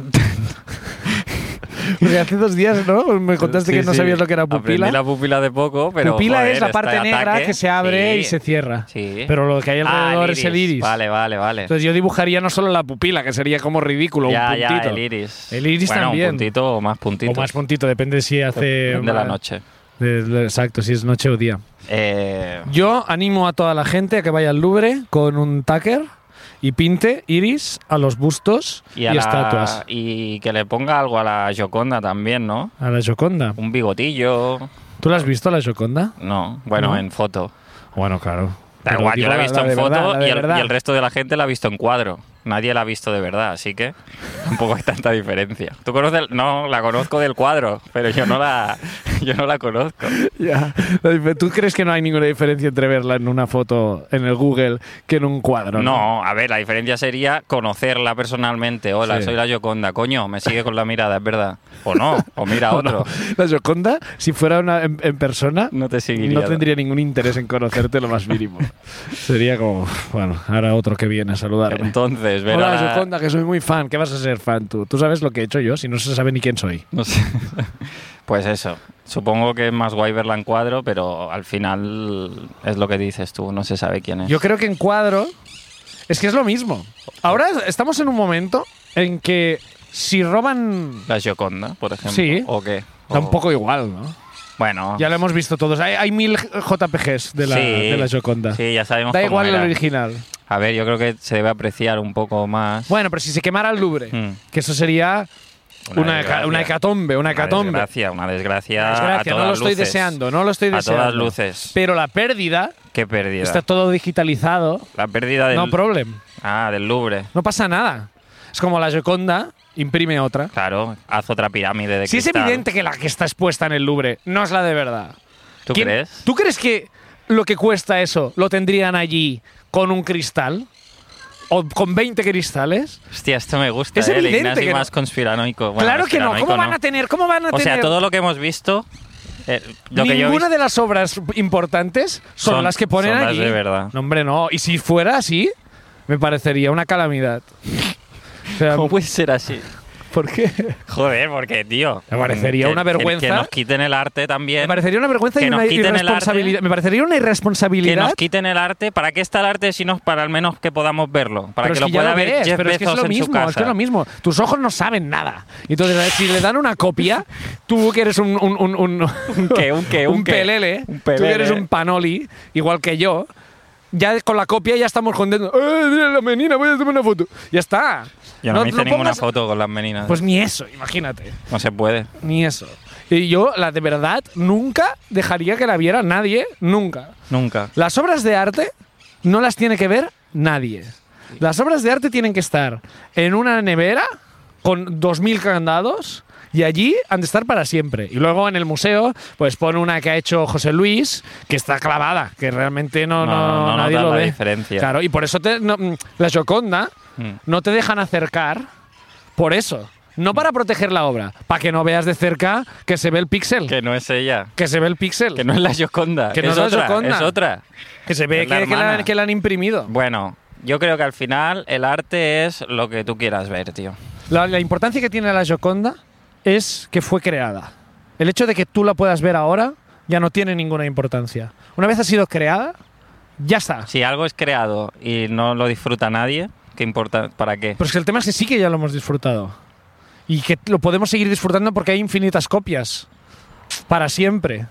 [SPEAKER 2] Porque hace dos días, ¿no? Me contaste
[SPEAKER 1] Sí,
[SPEAKER 2] que no
[SPEAKER 1] sí.
[SPEAKER 2] sabías lo que era pupila.
[SPEAKER 1] Aprendí la pupila de poco, pero.
[SPEAKER 2] pupila
[SPEAKER 1] joder,
[SPEAKER 2] es la
[SPEAKER 1] este
[SPEAKER 2] parte negra
[SPEAKER 1] ataque-
[SPEAKER 2] que se abre
[SPEAKER 1] Sí,
[SPEAKER 2] y se cierra.
[SPEAKER 1] Sí.
[SPEAKER 2] Pero lo que hay
[SPEAKER 1] Ah,
[SPEAKER 2] alrededor es el iris.
[SPEAKER 1] Vale, vale, vale.
[SPEAKER 2] Entonces yo dibujaría no solo la pupila, que sería como ridículo,
[SPEAKER 1] ya,
[SPEAKER 2] un puntito.
[SPEAKER 1] ya, el iris.
[SPEAKER 2] El iris
[SPEAKER 1] bueno,
[SPEAKER 2] también.
[SPEAKER 1] Un puntito o más
[SPEAKER 2] O
[SPEAKER 1] puntitos.
[SPEAKER 2] más puntito, depende de si hace...
[SPEAKER 1] de la noche.
[SPEAKER 2] de- de- exacto, si es noche o día.
[SPEAKER 1] Eh,
[SPEAKER 2] Yo animo a toda la gente a que vaya al Louvre con un tacker y pinte iris a los bustos y,
[SPEAKER 1] y, a la-
[SPEAKER 2] estatuas.
[SPEAKER 1] Y que le ponga algo a la Gioconda también, ¿no?
[SPEAKER 2] A la Joconda.
[SPEAKER 1] Un bigotillo.
[SPEAKER 2] ¿Tú la has visto, la Joconda?
[SPEAKER 1] No, bueno,
[SPEAKER 2] ¿No?
[SPEAKER 1] en foto.
[SPEAKER 2] Bueno, claro.
[SPEAKER 1] Da
[SPEAKER 2] Pero
[SPEAKER 1] igual, yo
[SPEAKER 2] digo
[SPEAKER 1] la he visto
[SPEAKER 2] de
[SPEAKER 1] en foto
[SPEAKER 2] verdad, la de
[SPEAKER 1] y, el,
[SPEAKER 2] verdad.
[SPEAKER 1] y el resto de la gente la ha visto en cuadro. Nadie la ha visto de verdad, así que (laughs) tampoco hay tanta diferencia. ¿Tú conoces? el- No, la conozco del cuadro, pero yo no la, (laughs) yo no la conozco.
[SPEAKER 2] Ya. La dif- ¿Tú crees que no hay ninguna diferencia entre verla en una foto en el Google que en un cuadro?
[SPEAKER 1] No, a ver, la diferencia sería conocerla personalmente. Hola,
[SPEAKER 2] Sí.
[SPEAKER 1] soy la Yoconda. Coño, me sigue con la mirada, es verdad. O no, o mira a
[SPEAKER 2] (laughs) O no.
[SPEAKER 1] otro.
[SPEAKER 2] La Joconda, si fuera una, en, en persona,
[SPEAKER 1] No te seguiría.
[SPEAKER 2] no tendría ningún interés en conocerte lo más mínimo. Sería como, bueno, ahora otro que viene a saludarme.
[SPEAKER 1] (laughs) Entonces, ver a
[SPEAKER 2] Hola,
[SPEAKER 1] la-
[SPEAKER 2] Joconda, que soy muy fan. ¿Qué vas a ser fan tú? ¿Tú sabes lo que he hecho yo? Si no se sabe ni quién soy.
[SPEAKER 1] (laughs) No sé. Pues eso. Supongo que es más guay verla en cuadro, pero al final es lo que dices tú, no se sabe quién es.
[SPEAKER 2] Yo creo que en cuadro es que es lo mismo. Ahora estamos en un momento en que si roban
[SPEAKER 1] La Gioconda, por ejemplo.
[SPEAKER 2] Sí.
[SPEAKER 1] ¿O qué?
[SPEAKER 2] Da
[SPEAKER 1] O-
[SPEAKER 2] un poco igual, ¿no?
[SPEAKER 1] Bueno,
[SPEAKER 2] Ya lo hemos visto todos. Hay, hay mil JPGs de la,
[SPEAKER 1] sí,
[SPEAKER 2] de la Joconda.
[SPEAKER 1] Sí, ya sabemos
[SPEAKER 2] da
[SPEAKER 1] cómo
[SPEAKER 2] igual el
[SPEAKER 1] era.
[SPEAKER 2] original.
[SPEAKER 1] A ver, yo creo que se debe apreciar un poco más.
[SPEAKER 2] Bueno, pero si se quemara el Louvre,
[SPEAKER 1] Mm.
[SPEAKER 2] que eso sería
[SPEAKER 1] Una
[SPEAKER 2] una,
[SPEAKER 1] desgracia.
[SPEAKER 2] heca- una hecatombe, una hecatombe.
[SPEAKER 1] Una desgracia, una desgracia.
[SPEAKER 2] Una desgracia,
[SPEAKER 1] a
[SPEAKER 2] no
[SPEAKER 1] todas
[SPEAKER 2] lo estoy
[SPEAKER 1] luces.
[SPEAKER 2] deseando, no lo estoy
[SPEAKER 1] A
[SPEAKER 2] deseando.
[SPEAKER 1] todas luces.
[SPEAKER 2] Pero la pérdida,
[SPEAKER 1] Qué pérdida.
[SPEAKER 2] está todo digitalizado.
[SPEAKER 1] La pérdida del,
[SPEAKER 2] No problem.
[SPEAKER 1] ah, del Louvre.
[SPEAKER 2] No pasa nada. Es como la Joconda imprime otra.
[SPEAKER 1] Claro, haz otra pirámide de
[SPEAKER 2] Si es
[SPEAKER 1] cristal.
[SPEAKER 2] evidente que la que está expuesta en el Louvre no es la de verdad.
[SPEAKER 1] ¿Tú
[SPEAKER 2] ¿Quién-
[SPEAKER 1] crees?
[SPEAKER 2] ¿Tú crees que lo que cuesta eso lo tendrían allí con un cristal? ¿O con 20 cristales?
[SPEAKER 1] Hostia, esto me gusta.
[SPEAKER 2] Es
[SPEAKER 1] ¿eh? El
[SPEAKER 2] evidente
[SPEAKER 1] Ignasi
[SPEAKER 2] que no.
[SPEAKER 1] más conspiranoico. Bueno,
[SPEAKER 2] claro que no.
[SPEAKER 1] conspiranoico
[SPEAKER 2] ¿Cómo van a tener? ¿Cómo van a
[SPEAKER 1] O
[SPEAKER 2] tener?
[SPEAKER 1] sea, todo lo que hemos visto. eh, lo que yo he
[SPEAKER 2] Ninguna
[SPEAKER 1] visto-
[SPEAKER 2] de las obras importantes son,
[SPEAKER 1] Son-
[SPEAKER 2] las que ponen
[SPEAKER 1] son las
[SPEAKER 2] allí.
[SPEAKER 1] de verdad.
[SPEAKER 2] No, hombre, no. Y si fuera así, me parecería una calamidad. O sea,
[SPEAKER 1] ¿Cómo puede ser así?
[SPEAKER 2] ¿Por qué?
[SPEAKER 1] Joder, porque, tío.
[SPEAKER 2] Me parecería
[SPEAKER 1] que-
[SPEAKER 2] una
[SPEAKER 1] que-
[SPEAKER 2] vergüenza.
[SPEAKER 1] Que, nos quiten el arte también.
[SPEAKER 2] Me parecería una vergüenza
[SPEAKER 1] Que
[SPEAKER 2] y
[SPEAKER 1] nos
[SPEAKER 2] una
[SPEAKER 1] quiten el arte.
[SPEAKER 2] irresponsabilidad. Me parecería una
[SPEAKER 1] Que
[SPEAKER 2] irresponsabilidad.
[SPEAKER 1] nos quiten el arte. ¿Para qué está el arte si no es para al menos que podamos verlo? Para que
[SPEAKER 2] pero es
[SPEAKER 1] lo
[SPEAKER 2] que ya
[SPEAKER 1] pueda ver
[SPEAKER 2] ves,
[SPEAKER 1] Jeff
[SPEAKER 2] pero es que es
[SPEAKER 1] Bezos
[SPEAKER 2] lo
[SPEAKER 1] en su
[SPEAKER 2] mismo,
[SPEAKER 1] casa.
[SPEAKER 2] es que es lo mismo. Tus ojos no saben nada. Entonces, a ver, si le dan una copia, tú que eres un un un un,
[SPEAKER 1] qué, un
[SPEAKER 2] (laughs)
[SPEAKER 1] qué, un qué.
[SPEAKER 2] pelele,
[SPEAKER 1] Un
[SPEAKER 2] tú
[SPEAKER 1] pelele.
[SPEAKER 2] que eres un panoli, igual que yo. Ya con la copia ya estamos contentos. ¡Eh, mira la menina! Voy a tomar una foto. Ya está.
[SPEAKER 1] Yo no, me hice ninguna
[SPEAKER 2] pongas-
[SPEAKER 1] foto con las meninas.
[SPEAKER 2] Pues ni eso, imagínate.
[SPEAKER 1] no se puede.
[SPEAKER 2] Ni eso. Y yo, la de verdad, nunca dejaría que la viera nadie. Nunca.
[SPEAKER 1] Nunca.
[SPEAKER 2] Las obras de arte no las tiene que ver nadie. Las obras de arte tienen que estar en una nevera con 2.000 candados y allí han de estar para siempre. Y luego en el museo, pues pone una que ha hecho José Luis, que está clavada, que realmente no,
[SPEAKER 1] No,
[SPEAKER 2] no,
[SPEAKER 1] no, no
[SPEAKER 2] nadie
[SPEAKER 1] notas
[SPEAKER 2] lo
[SPEAKER 1] la
[SPEAKER 2] ve.
[SPEAKER 1] diferencia.
[SPEAKER 2] Claro, y por eso te, no, mm, la Joconda
[SPEAKER 1] Mm.
[SPEAKER 2] no te dejan acercar por eso. No para proteger la obra, para que no veas de cerca que se ve el píxel.
[SPEAKER 1] Que no es ella.
[SPEAKER 2] Que se ve el píxel.
[SPEAKER 1] Que no es la Gioconda.
[SPEAKER 2] Que no
[SPEAKER 1] es
[SPEAKER 2] es la
[SPEAKER 1] otra,
[SPEAKER 2] Gioconda.
[SPEAKER 1] Es otra.
[SPEAKER 2] Que se ve
[SPEAKER 1] Es la
[SPEAKER 2] que, que la-
[SPEAKER 1] hermana.
[SPEAKER 2] que la han imprimido.
[SPEAKER 1] Bueno, yo creo que al final el arte es lo que tú quieras ver, tío.
[SPEAKER 2] La, la importancia que tiene la Gioconda es que fue creada. El hecho de que tú la puedas ver ahora ya no tiene ninguna importancia. Una vez ha sido creada, ya está.
[SPEAKER 1] Si algo es creado y no lo disfruta nadie, ¿qué importa? ¿Para qué?
[SPEAKER 2] Pero es que el tema es que sí que ya lo hemos disfrutado. Y que lo podemos seguir disfrutando porque hay infinitas copias. Para siempre.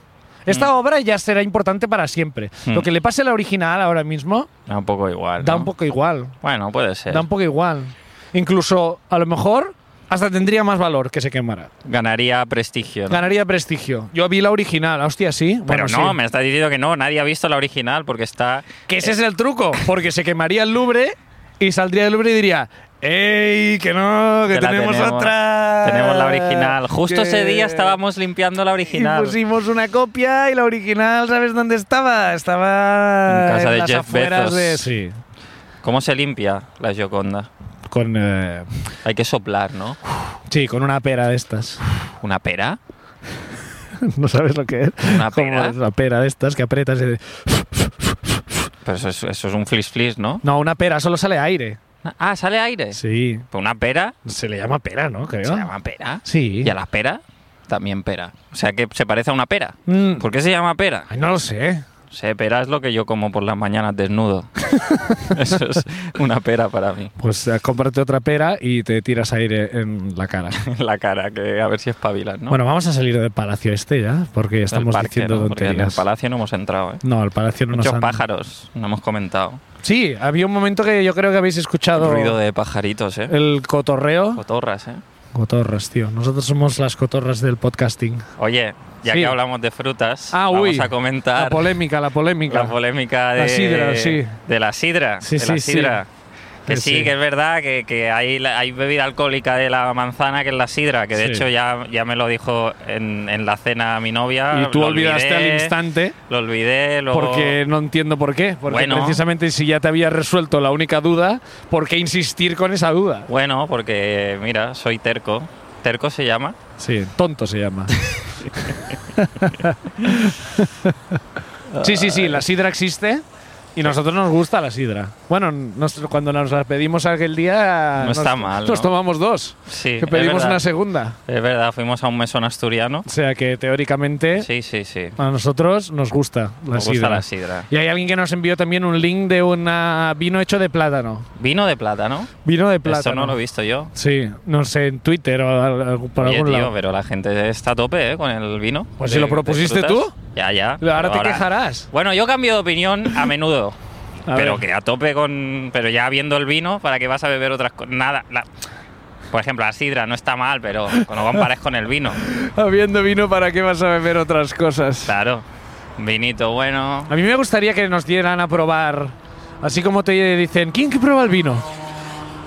[SPEAKER 2] Esta obra ya será importante para siempre.
[SPEAKER 1] Mm.
[SPEAKER 2] Lo que le pase a la original ahora mismo
[SPEAKER 1] Da un poco igual.
[SPEAKER 2] da
[SPEAKER 1] ¿no?
[SPEAKER 2] un poco igual.
[SPEAKER 1] Bueno, puede ser.
[SPEAKER 2] Da un poco igual. Incluso, a lo mejor, hasta tendría más valor que se quemara.
[SPEAKER 1] Ganaría prestigio. ¿no?
[SPEAKER 2] Ganaría prestigio. Yo vi la original, hostia, sí.
[SPEAKER 1] Pero
[SPEAKER 2] Bueno,
[SPEAKER 1] no,
[SPEAKER 2] sí.
[SPEAKER 1] me está diciendo que no, nadie ha visto la original porque está.
[SPEAKER 2] Que ese es el truco, porque se quemaría el Louvre y saldría del Louvre y diría, ¡Ey, que no, que,
[SPEAKER 1] que la
[SPEAKER 2] tenemos, otra!
[SPEAKER 1] Tenemos la original. Justo
[SPEAKER 2] Ah, Que-
[SPEAKER 1] ese día estábamos limpiando la original.
[SPEAKER 2] Y pusimos una copia y la original, ¿sabes dónde estaba? Estaba
[SPEAKER 1] En casa de
[SPEAKER 2] las
[SPEAKER 1] Jeff
[SPEAKER 2] afueras
[SPEAKER 1] Bezos.
[SPEAKER 2] de- Sí,
[SPEAKER 1] ¿Cómo se limpia la Gioconda?
[SPEAKER 2] con, eh,
[SPEAKER 1] Hay que soplar, ¿no?
[SPEAKER 2] sí, con una pera de estas. (laughs)
[SPEAKER 1] ¿Una pera?
[SPEAKER 2] no sabes lo que es.
[SPEAKER 1] ¿Una
[SPEAKER 2] Como
[SPEAKER 1] pera?
[SPEAKER 2] es Una pera de estas que aprietas y...
[SPEAKER 1] Pero Pues eso es, eso es un flis-flis, ¿no?
[SPEAKER 2] No, una pera, solo sale aire.
[SPEAKER 1] Ah, sale aire.
[SPEAKER 2] Sí.
[SPEAKER 1] Pero una pera
[SPEAKER 2] Se le llama pera, ¿no? Creo.
[SPEAKER 1] se llama pera.
[SPEAKER 2] Sí.
[SPEAKER 1] Y a la pera también pera. O sea que se parece a una pera.
[SPEAKER 2] Mm.
[SPEAKER 1] ¿Por qué se llama pera?
[SPEAKER 2] Ay, no lo sé.
[SPEAKER 1] No sé, ¿eh? pera es lo que yo como por las mañanas
[SPEAKER 2] (laughs)
[SPEAKER 1] desnudo. Eso es una pera para mí.
[SPEAKER 2] Pues eh, cómprate otra pera y te tiras aire en la cara.
[SPEAKER 1] La cara, que a ver si espabilas, (laughs) ¿no?
[SPEAKER 2] Bueno, vamos a salir del palacio este ya, porque ya
[SPEAKER 1] Del
[SPEAKER 2] estamos
[SPEAKER 1] parque,
[SPEAKER 2] diciendo
[SPEAKER 1] ¿no? Porque En el
[SPEAKER 2] tonterías.
[SPEAKER 1] palacio no hemos entrado, ¿eh?
[SPEAKER 2] No, al palacio no
[SPEAKER 1] Muchos
[SPEAKER 2] nos han...
[SPEAKER 1] pájaros, no hemos comentado.
[SPEAKER 2] Sí, había un momento que yo creo que habéis escuchado
[SPEAKER 1] Ruido de pajaritos, ¿eh?
[SPEAKER 2] el cotorreo.
[SPEAKER 1] Cotorras, ¿eh?
[SPEAKER 2] Cotorras, tío. Nosotros somos las cotorras del podcasting.
[SPEAKER 1] Oye, ya
[SPEAKER 2] Sí.
[SPEAKER 1] que hablamos de frutas,
[SPEAKER 2] Ah,
[SPEAKER 1] vamos
[SPEAKER 2] uy,
[SPEAKER 1] a
[SPEAKER 2] La
[SPEAKER 1] comentar
[SPEAKER 2] polémica, la polémica.
[SPEAKER 1] la polémica de
[SPEAKER 2] La sidra, sí.
[SPEAKER 1] de la sidra,
[SPEAKER 2] Sí,
[SPEAKER 1] de la
[SPEAKER 2] sí, sí.
[SPEAKER 1] sidra. Que
[SPEAKER 2] Sí,
[SPEAKER 1] sí,
[SPEAKER 2] sí.
[SPEAKER 1] que es verdad que, que hay, la- hay bebida alcohólica de la manzana que es la sidra, que de
[SPEAKER 2] Sí.
[SPEAKER 1] hecho ya, ya me lo dijo en, en la cena mi novia.
[SPEAKER 2] y tú
[SPEAKER 1] Ah, lo
[SPEAKER 2] olvidaste
[SPEAKER 1] olvidé,
[SPEAKER 2] al instante
[SPEAKER 1] Lo olvidé, luego...
[SPEAKER 2] porque no entiendo por qué. Porque
[SPEAKER 1] Bueno.
[SPEAKER 2] precisamente si ya te había resuelto la única duda, ¿por qué insistir con esa duda?
[SPEAKER 1] Bueno, porque mira, soy terco. ¿Terco se llama?
[SPEAKER 2] Sí, tonto se llama. sí, sí, sí, la sidra existe y nosotros nos gusta la sidra. Bueno, nos- cuando nos la pedimos aquel día.
[SPEAKER 1] No
[SPEAKER 2] nos-
[SPEAKER 1] está mal,
[SPEAKER 2] Nos
[SPEAKER 1] ¿no?
[SPEAKER 2] tomamos dos.
[SPEAKER 1] Sí,
[SPEAKER 2] que
[SPEAKER 1] es
[SPEAKER 2] pedimos
[SPEAKER 1] verdad.
[SPEAKER 2] una segunda.
[SPEAKER 1] Es verdad, fuimos a un mesón asturiano.
[SPEAKER 2] O sea que teóricamente
[SPEAKER 1] Sí, sí, sí.
[SPEAKER 2] a nosotros nos gusta la
[SPEAKER 1] Nos gusta
[SPEAKER 2] ¿Eh? sidra.
[SPEAKER 1] la sidra.
[SPEAKER 2] Y hay alguien que nos envió también un link de un vino hecho de plátano.
[SPEAKER 1] Vino de plátano.
[SPEAKER 2] Vino de plátano.
[SPEAKER 1] Esto no lo he visto yo.
[SPEAKER 2] Sí, no sé, en Twitter o al- al- por
[SPEAKER 1] Oye,
[SPEAKER 2] algún
[SPEAKER 1] tío,
[SPEAKER 2] lado.
[SPEAKER 1] pero la gente está a tope, ¿eh? Con el vino.
[SPEAKER 2] Pues
[SPEAKER 1] De-
[SPEAKER 2] si lo
[SPEAKER 1] de
[SPEAKER 2] propusiste
[SPEAKER 1] frutas.
[SPEAKER 2] tú.
[SPEAKER 1] Ya, ya.
[SPEAKER 2] Pero ahora
[SPEAKER 1] Pero
[SPEAKER 2] te quejarás.
[SPEAKER 1] Bueno, yo cambio de opinión a menudo.
[SPEAKER 2] (laughs) A
[SPEAKER 1] pero
[SPEAKER 2] ver.
[SPEAKER 1] que a tope con. Pero ya viendo el vino, ¿para que vas a beber otras cosas? Nada. la- Por ejemplo, la sidra no está mal, pero
[SPEAKER 2] (laughs)
[SPEAKER 1] no compares con el vino.
[SPEAKER 2] Habiendo vino, ¿para qué vas a beber otras cosas?
[SPEAKER 1] Claro. Vinito bueno.
[SPEAKER 2] A mí me gustaría que nos dieran a probar, así como te dicen, ¿quién que prueba el vino?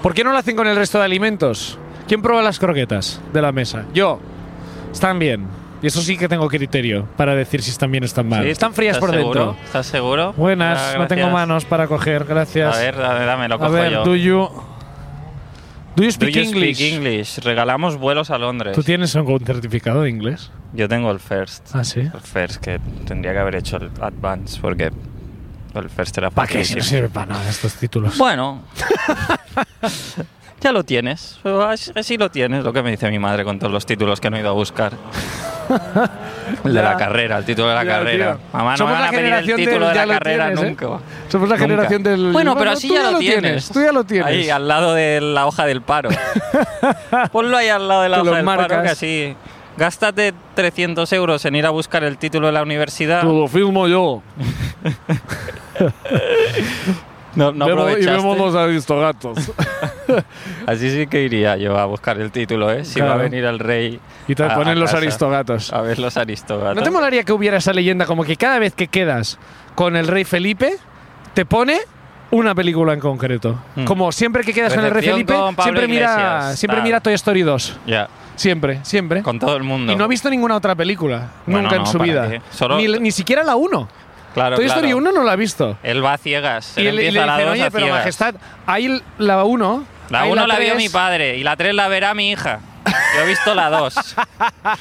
[SPEAKER 2] ¿Por qué no lo hacen con el resto de alimentos? ¿Quién prueba las croquetas de la mesa? Yo. Están bien. Y eso sí que tengo criterio para decir si están bien o están mal.
[SPEAKER 1] Sí,
[SPEAKER 2] están frías
[SPEAKER 1] ¿estás
[SPEAKER 2] por
[SPEAKER 1] seguro?
[SPEAKER 2] dentro.
[SPEAKER 1] ¿Estás seguro?
[SPEAKER 2] Buenas,
[SPEAKER 1] Ah,
[SPEAKER 2] no tengo
[SPEAKER 1] gracias.
[SPEAKER 2] manos para coger, gracias.
[SPEAKER 1] A ver, dame, dame, lo
[SPEAKER 2] A
[SPEAKER 1] cojo
[SPEAKER 2] ver,
[SPEAKER 1] yo.
[SPEAKER 2] do you, do you
[SPEAKER 1] Do
[SPEAKER 2] speak
[SPEAKER 1] you
[SPEAKER 2] English?
[SPEAKER 1] speak English? Regalamos vuelos a Londres.
[SPEAKER 2] ¿Tú tienes un certificado de inglés?
[SPEAKER 1] Yo tengo el first.
[SPEAKER 2] Ah, sí.
[SPEAKER 1] El first, que tendría que haber hecho el advance, porque el first era
[SPEAKER 2] ¿Para qué? Si no
[SPEAKER 1] facilísimo.
[SPEAKER 2] sirve para nada estos títulos.
[SPEAKER 1] Bueno. (laughs) ya lo tienes. Así así lo tienes, lo que me dice mi madre con todos los títulos que no he ido a buscar. El de
[SPEAKER 2] Ya.
[SPEAKER 1] la carrera, el título de la
[SPEAKER 2] Ya,
[SPEAKER 1] carrera.
[SPEAKER 2] tío.
[SPEAKER 1] Mamá, no
[SPEAKER 2] Somos
[SPEAKER 1] me van
[SPEAKER 2] la
[SPEAKER 1] a pedir el
[SPEAKER 2] generación
[SPEAKER 1] título
[SPEAKER 2] del
[SPEAKER 1] de la
[SPEAKER 2] ya lo
[SPEAKER 1] carrera
[SPEAKER 2] tienes, ¿eh?
[SPEAKER 1] nunca.
[SPEAKER 2] Somos la
[SPEAKER 1] Nunca.
[SPEAKER 2] generación del.
[SPEAKER 1] Bueno, pero así
[SPEAKER 2] tú
[SPEAKER 1] ya lo tienes.
[SPEAKER 2] Tú ya lo tienes.
[SPEAKER 1] Ahí, al lado de la hoja del
[SPEAKER 2] (laughs)
[SPEAKER 1] paro. Ponlo ahí al lado de la
[SPEAKER 2] Te lo
[SPEAKER 1] hoja del
[SPEAKER 2] marcas.
[SPEAKER 1] paro, que así. Gástate 300 euros en ir a buscar el título de la universidad.
[SPEAKER 2] lo filmo yo.
[SPEAKER 1] No, no aprovechaste. (laughs)
[SPEAKER 2] aristogatos.
[SPEAKER 1] Así sí que iría yo a buscar el título, ¿eh? Si
[SPEAKER 2] Claro.
[SPEAKER 1] va a venir el rey.
[SPEAKER 2] y te
[SPEAKER 1] a- a
[SPEAKER 2] ponen los
[SPEAKER 1] casa
[SPEAKER 2] aristogatos.
[SPEAKER 1] A ver los aristócratas.
[SPEAKER 2] ¿No te molaría que hubiera esa leyenda como que cada vez que quedas con el rey Felipe, te pone una película en concreto?
[SPEAKER 1] Mm.
[SPEAKER 2] Como siempre que quedas con el rey
[SPEAKER 1] Recepción
[SPEAKER 2] Felipe,
[SPEAKER 1] con Pablo
[SPEAKER 2] siempre, mira,
[SPEAKER 1] Iglesias,
[SPEAKER 2] siempre
[SPEAKER 1] tal.
[SPEAKER 2] mira Toy Story 2.
[SPEAKER 1] Ya,
[SPEAKER 2] Siempre, siempre.
[SPEAKER 1] con todo el mundo.
[SPEAKER 2] Y no ha visto ninguna otra película,
[SPEAKER 1] Bueno,
[SPEAKER 2] nunca en
[SPEAKER 1] no,
[SPEAKER 2] su
[SPEAKER 1] ¿para
[SPEAKER 2] vida.
[SPEAKER 1] qué? Solo-
[SPEAKER 2] Ni, ni siquiera la 1.
[SPEAKER 1] Claro,
[SPEAKER 2] Toy
[SPEAKER 1] claro.
[SPEAKER 2] Story 1 no la ha visto.
[SPEAKER 1] Él va a ciegas.
[SPEAKER 2] Y
[SPEAKER 1] él
[SPEAKER 2] le, y le
[SPEAKER 1] empieza la
[SPEAKER 2] dicen,
[SPEAKER 1] dos
[SPEAKER 2] oye,
[SPEAKER 1] a
[SPEAKER 2] pero
[SPEAKER 1] ciegas".
[SPEAKER 2] majestad, ahí la 1.
[SPEAKER 1] La 1 la, vio mi padre y la 3 la verá mi hija. Yo he visto la 2
[SPEAKER 2] (laughs)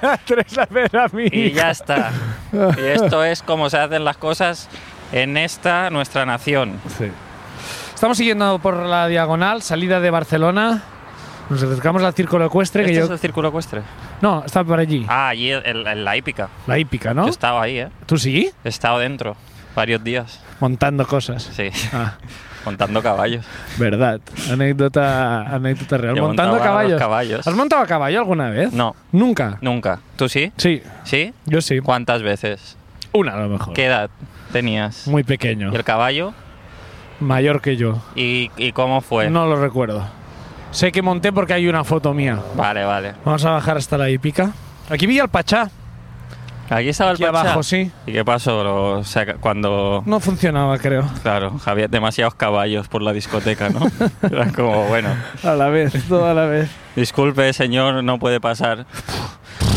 [SPEAKER 2] La 3 la verá mi
[SPEAKER 1] y
[SPEAKER 2] hija.
[SPEAKER 1] ya está. Y esto es como se hacen las cosas en esta nuestra nación.
[SPEAKER 2] Sí. Estamos siguiendo por la diagonal, salida de Barcelona. Nos acercamos al círculo ecuestre
[SPEAKER 1] ¿Este
[SPEAKER 2] que yo.
[SPEAKER 1] es el círculo ecuestre?
[SPEAKER 2] No, está por allí.
[SPEAKER 1] Ah, allí en en la hípica.
[SPEAKER 2] La hípica, ¿no?
[SPEAKER 1] Yo he estado ahí, ¿eh?
[SPEAKER 2] ¿Tú sí?
[SPEAKER 1] He estado dentro varios días.
[SPEAKER 2] Montando cosas.
[SPEAKER 1] Sí, (laughs)
[SPEAKER 2] Ah,
[SPEAKER 1] montando caballos.
[SPEAKER 2] verdad. Anécdota, anécdota real.
[SPEAKER 1] Yo
[SPEAKER 2] Montando
[SPEAKER 1] montaba
[SPEAKER 2] caballos.
[SPEAKER 1] los caballos.
[SPEAKER 2] ¿Has montado a caballo alguna vez?
[SPEAKER 1] No,
[SPEAKER 2] Nunca.
[SPEAKER 1] nunca. ¿Tú sí?
[SPEAKER 2] Sí,
[SPEAKER 1] ¿Sí?
[SPEAKER 2] yo sí.
[SPEAKER 1] ¿Cuántas veces?
[SPEAKER 2] Una a lo mejor.
[SPEAKER 1] ¿Qué edad tenías?
[SPEAKER 2] Muy pequeño.
[SPEAKER 1] ¿Y el caballo?
[SPEAKER 2] Mayor que yo.
[SPEAKER 1] ¿Y, y cómo fue?
[SPEAKER 2] No lo recuerdo. Sé que monté porque hay una foto mía.
[SPEAKER 1] Vale, vale.
[SPEAKER 2] Vamos a bajar hasta la hípica. Aquí vi al Pachá.
[SPEAKER 1] Aquí estaba el
[SPEAKER 2] Aquí
[SPEAKER 1] Pachá.
[SPEAKER 2] abajo, sí.
[SPEAKER 1] ¿Y qué pasó? Lo saca- cuando.
[SPEAKER 2] No funcionaba, creo.
[SPEAKER 1] Claro, había demasiados caballos por la discoteca,
[SPEAKER 2] (laughs)
[SPEAKER 1] ¿no? Era como, bueno,
[SPEAKER 2] A la vez, toda la vez.
[SPEAKER 1] disculpe, señor, no puede pasar.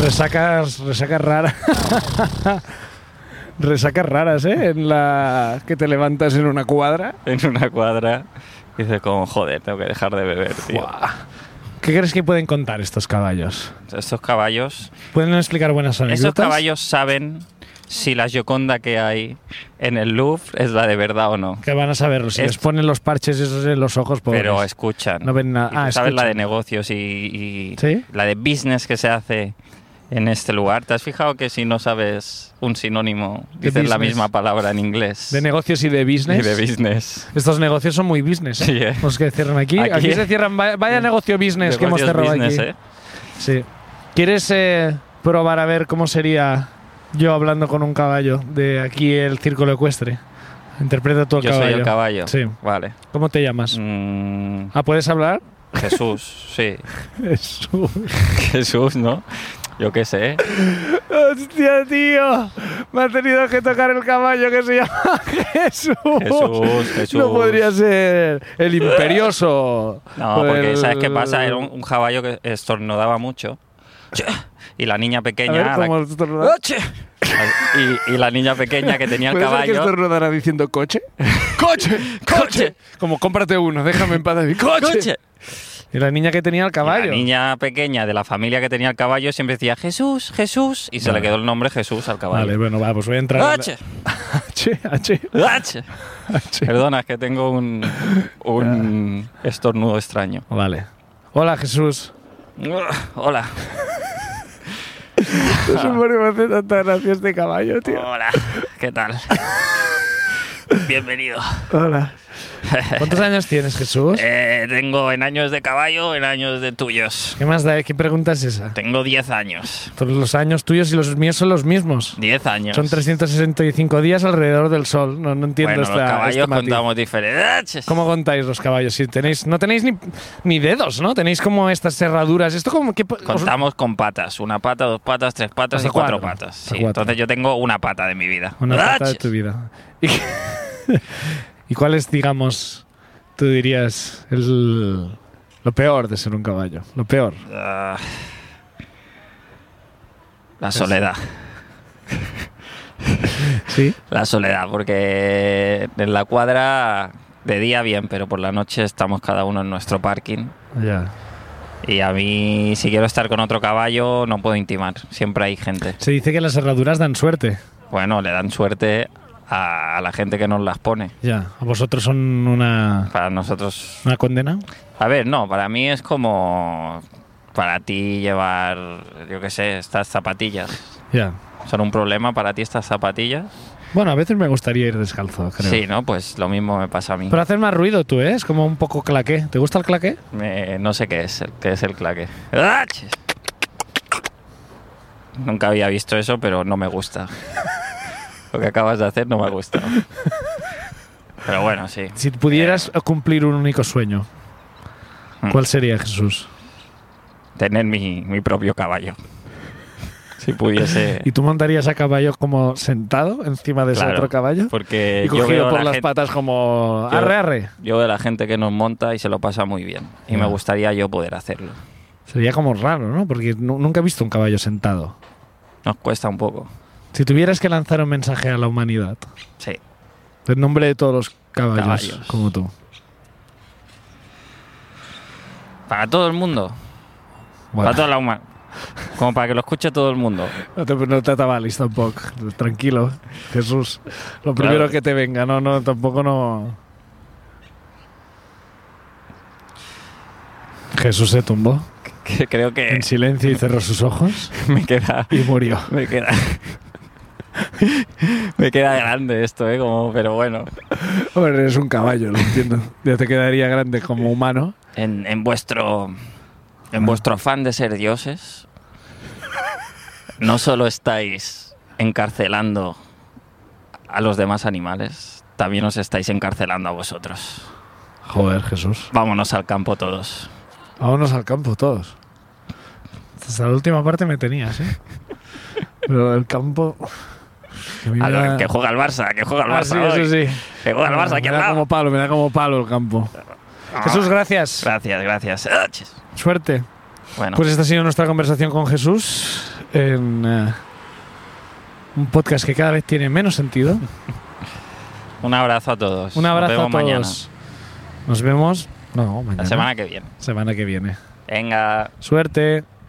[SPEAKER 2] Resacas, resacas raras. (laughs) resacas raras, ¿eh? En la que te levantas en una cuadra.
[SPEAKER 1] En una cuadra. Y dice, como, joder, tengo que dejar de beber, tío.
[SPEAKER 2] Buah. ¿Qué crees que pueden contar estos caballos?
[SPEAKER 1] Estos caballos.
[SPEAKER 2] ¿Pueden explicar buenas anécdotas?
[SPEAKER 1] Estos caballos saben si la Gioconda que hay en el Louvre es la de verdad o no.
[SPEAKER 2] Que van a saberlo. Si
[SPEAKER 1] Es-
[SPEAKER 2] les ponen los parches esos en los ojos, pobres.
[SPEAKER 1] Pero escuchan.
[SPEAKER 2] No ven nada.
[SPEAKER 1] Y
[SPEAKER 2] Ah,
[SPEAKER 1] tú sabes la
[SPEAKER 2] escuchan.
[SPEAKER 1] de negocios y, y
[SPEAKER 2] ¿Sí?
[SPEAKER 1] la de business que se hace en este lugar. ¿Te has fijado que si no sabes un sinónimo,
[SPEAKER 2] De
[SPEAKER 1] dices la
[SPEAKER 2] business.
[SPEAKER 1] misma palabra en inglés?
[SPEAKER 2] De negocios y de business.
[SPEAKER 1] Y de
[SPEAKER 2] (laughs)
[SPEAKER 1] business.
[SPEAKER 2] Estos negocios son muy business. ¿eh?
[SPEAKER 1] Sí, ¿eh?
[SPEAKER 2] Los que cierran aquí. Aquí,
[SPEAKER 1] Aquí, ¿eh?
[SPEAKER 2] se cierran. Vaya, vaya negocio business que hemos
[SPEAKER 1] Negocios
[SPEAKER 2] cerrado
[SPEAKER 1] business,
[SPEAKER 2] aquí.
[SPEAKER 1] ¿eh?
[SPEAKER 2] Sí. ¿Quieres eh, probar a ver cómo sería yo hablando con un caballo de aquí el círculo ecuestre? Interpreta tú el
[SPEAKER 1] Yo
[SPEAKER 2] caballo.
[SPEAKER 1] soy el caballo.
[SPEAKER 2] Sí.
[SPEAKER 1] Vale.
[SPEAKER 2] ¿Cómo te llamas?
[SPEAKER 1] Mm,
[SPEAKER 2] Ah, ¿puedes hablar?
[SPEAKER 1] Jesús,
[SPEAKER 2] (laughs)
[SPEAKER 1] sí.
[SPEAKER 2] Jesús.
[SPEAKER 1] Jesús, ¿no? Yo qué sé.
[SPEAKER 2] Hostia, tío. Me ha tenido que tocar el caballo que se llama (laughs) Jesús.
[SPEAKER 1] Jesús, Jesús.
[SPEAKER 2] No podría ser el imperioso.
[SPEAKER 1] No, porque
[SPEAKER 2] Pues el-
[SPEAKER 1] ¿sabes qué pasa? Era un, un caballo que estornudaba mucho. Y la niña
[SPEAKER 2] A
[SPEAKER 1] pequeña...
[SPEAKER 2] ver
[SPEAKER 1] la-
[SPEAKER 2] cómo estornudar.
[SPEAKER 1] y, y la niña pequeña que tenía el
[SPEAKER 2] ¿Puede ser que
[SPEAKER 1] caballo...
[SPEAKER 2] estornudara diciendo coche?
[SPEAKER 1] (laughs)
[SPEAKER 2] (laughs) ¡Coche!
[SPEAKER 1] ¡Coche!
[SPEAKER 2] Como cómprate uno, déjame en paz a mí.
[SPEAKER 1] ¡Coche!
[SPEAKER 2] Y la niña que tenía el caballo.
[SPEAKER 1] Y La niña pequeña de la familia que tenía el caballo siempre decía Jesús, Jesús, y se
[SPEAKER 2] Vale.
[SPEAKER 1] le quedó el nombre Jesús al caballo.
[SPEAKER 2] (laughs) Vale, bueno, va, pues voy a entrar.
[SPEAKER 1] ¡Coche!
[SPEAKER 2] H, H,
[SPEAKER 1] ¡Ach!
[SPEAKER 2] H.
[SPEAKER 1] Perdona, es que tengo un, un
[SPEAKER 2] Ah.
[SPEAKER 1] estornudo extraño.
[SPEAKER 2] Vale. Hola, Jesús.
[SPEAKER 1] Hola.
[SPEAKER 2] Es un me hace tanta gracia este caballo, tío.
[SPEAKER 1] Hola. ¿Qué tal? Bienvenido. (laughs)
[SPEAKER 2] Hola. ¿Cuántos años tienes, Jesús?
[SPEAKER 1] Eh, tengo en años de caballo, en años de tuyos.
[SPEAKER 2] ¿Qué más da? ¿Qué pregunta es esa?
[SPEAKER 1] Tengo 10 años.
[SPEAKER 2] Todos los años tuyos y los míos son los mismos.
[SPEAKER 1] 10 años.
[SPEAKER 2] Son 365 días alrededor del sol. No, no entiendo
[SPEAKER 1] Bueno, los
[SPEAKER 2] esta,
[SPEAKER 1] caballos
[SPEAKER 2] este matiz.
[SPEAKER 1] contamos diferentes.
[SPEAKER 2] ¿Cómo contáis los caballos? Si tenéis, no tenéis ni, ni dedos, ¿no? Tenéis como estas cerraduras. Esto como que...
[SPEAKER 1] Contamos con patas. Una pata, dos patas, tres patas
[SPEAKER 2] Hasta
[SPEAKER 1] y cuatro,
[SPEAKER 2] cuatro.
[SPEAKER 1] patas.
[SPEAKER 2] Hasta
[SPEAKER 1] Sí,
[SPEAKER 2] cuatro.
[SPEAKER 1] Entonces yo tengo una pata de mi vida.
[SPEAKER 2] Una pata de
[SPEAKER 1] ¡Ach!
[SPEAKER 2] tu vida. ¿Y, (laughs) ¿Y cuál es, digamos, tú dirías, el, lo peor de ser un caballo? Lo peor.
[SPEAKER 1] Ah. la soledad.
[SPEAKER 2] Sí.
[SPEAKER 1] La soledad, porque en la cuadra de día bien, pero por la noche estamos cada uno en nuestro parking.
[SPEAKER 2] Ya.
[SPEAKER 1] Y a mí, si quiero estar con otro caballo, no puedo intimar. Siempre hay gente.
[SPEAKER 2] Se dice que las cerraduras dan suerte.
[SPEAKER 1] Bueno, le dan suerte a, a la gente que nos las pone.
[SPEAKER 2] Ya. ¿A vosotros son una,
[SPEAKER 1] Para nosotros.
[SPEAKER 2] una condena?
[SPEAKER 1] A ver, no, para mí es como. Para ti llevar, yo qué sé, estas zapatillas.
[SPEAKER 2] Ya.
[SPEAKER 1] ¿Son un problema para ti estas zapatillas?
[SPEAKER 2] Bueno, a veces me gustaría ir descalzo, creo.
[SPEAKER 1] Sí, ¿no? Pues lo mismo me pasa a mí.
[SPEAKER 2] Pero haces más ruido tú, ¿eh? Es como un poco claqué. ¿Te gusta el claqué?
[SPEAKER 1] Me- no sé qué es, el- qué es el claque. ¡Ach! Nunca había visto eso, pero no me gusta. Lo que acabas de hacer no me ha gustado. Pero bueno, sí.
[SPEAKER 2] Si pudieras
[SPEAKER 1] Eh.
[SPEAKER 2] cumplir un único sueño,
[SPEAKER 1] Hmm.
[SPEAKER 2] ¿cuál sería, Jesús?
[SPEAKER 1] Tener mi, mi propio caballo. Si pudiese.
[SPEAKER 2] (laughs) ¿Y tú montarías a caballo como sentado encima de ese
[SPEAKER 1] Eh. Claro,
[SPEAKER 2] otro caballo?
[SPEAKER 1] Porque
[SPEAKER 2] Y
[SPEAKER 1] yo
[SPEAKER 2] cogido
[SPEAKER 1] veo,
[SPEAKER 2] por
[SPEAKER 1] la
[SPEAKER 2] las
[SPEAKER 1] gente,
[SPEAKER 2] patas como...
[SPEAKER 1] Yo-
[SPEAKER 2] Arre, arre.
[SPEAKER 1] yo veo la gente que nos monta y se lo pasa muy bien. Y me
[SPEAKER 2] Ya.
[SPEAKER 1] gustaría yo poder hacerlo.
[SPEAKER 2] Sería como raro, ¿no? Porque nu- nunca he visto un caballo sentado.
[SPEAKER 1] Nos cuesta un poco.
[SPEAKER 2] Si tuvieras que lanzar un mensaje a la humanidad,
[SPEAKER 1] Sí.
[SPEAKER 2] en nombre de todos los caballos,
[SPEAKER 1] Caballos.
[SPEAKER 2] como tú.
[SPEAKER 1] Para todo el mundo.
[SPEAKER 2] Bueno,
[SPEAKER 1] Para toda la huma- Como para que lo escuche todo el mundo.
[SPEAKER 2] no te, no te atabalis tampoco. Tranquilo, Jesús. Lo primero
[SPEAKER 1] Claro.
[SPEAKER 2] que te venga. No, no, tampoco no... Jesús se tumbó
[SPEAKER 1] Que creo que
[SPEAKER 2] en silencio y cerró sus ojos
[SPEAKER 1] (laughs) me queda
[SPEAKER 2] Eh. y murió.
[SPEAKER 1] Me queda. (laughs) Me queda grande esto, ¿eh? Como, pero bueno.
[SPEAKER 2] Hombre, eres un caballo, lo entiendo. Ya te quedaría grande como humano.
[SPEAKER 1] En, en vuestro. En vuestro afán de ser dioses. No solo estáis encarcelando a los demás animales, también os estáis encarcelando a vosotros.
[SPEAKER 2] Joder, Jesús.
[SPEAKER 1] Vámonos al campo todos.
[SPEAKER 2] Vámonos al campo todos. Hasta la última parte me tenías, ¿eh? Pero el campo... Ah, que a mí
[SPEAKER 1] A
[SPEAKER 2] me
[SPEAKER 1] lo-
[SPEAKER 2] da-
[SPEAKER 1] que juega el Barça, que juega el
[SPEAKER 2] Ah,
[SPEAKER 1] Barça.
[SPEAKER 2] sí, eso
[SPEAKER 1] hoy.
[SPEAKER 2] sí.
[SPEAKER 1] Que juega el Barça aquí al
[SPEAKER 2] me da como
[SPEAKER 1] lado. Ah.
[SPEAKER 2] palo, me da como palo el campo. Jesús, gracias.
[SPEAKER 1] Gracias, gracias. Ah, chis.
[SPEAKER 2] Suerte.
[SPEAKER 1] Bueno,
[SPEAKER 2] Pues esta ha sido nuestra conversación con Jesús en eh, un podcast que cada vez tiene
[SPEAKER 1] (laughs)
[SPEAKER 2] menos sentido.
[SPEAKER 1] un abrazo a todos.
[SPEAKER 2] Un abrazo
[SPEAKER 1] Nos vemos
[SPEAKER 2] a todos.
[SPEAKER 1] mañana.
[SPEAKER 2] Nos vemos. No, mañana.
[SPEAKER 1] La semana que viene.
[SPEAKER 2] Semana que viene.
[SPEAKER 1] Venga.
[SPEAKER 2] Suerte.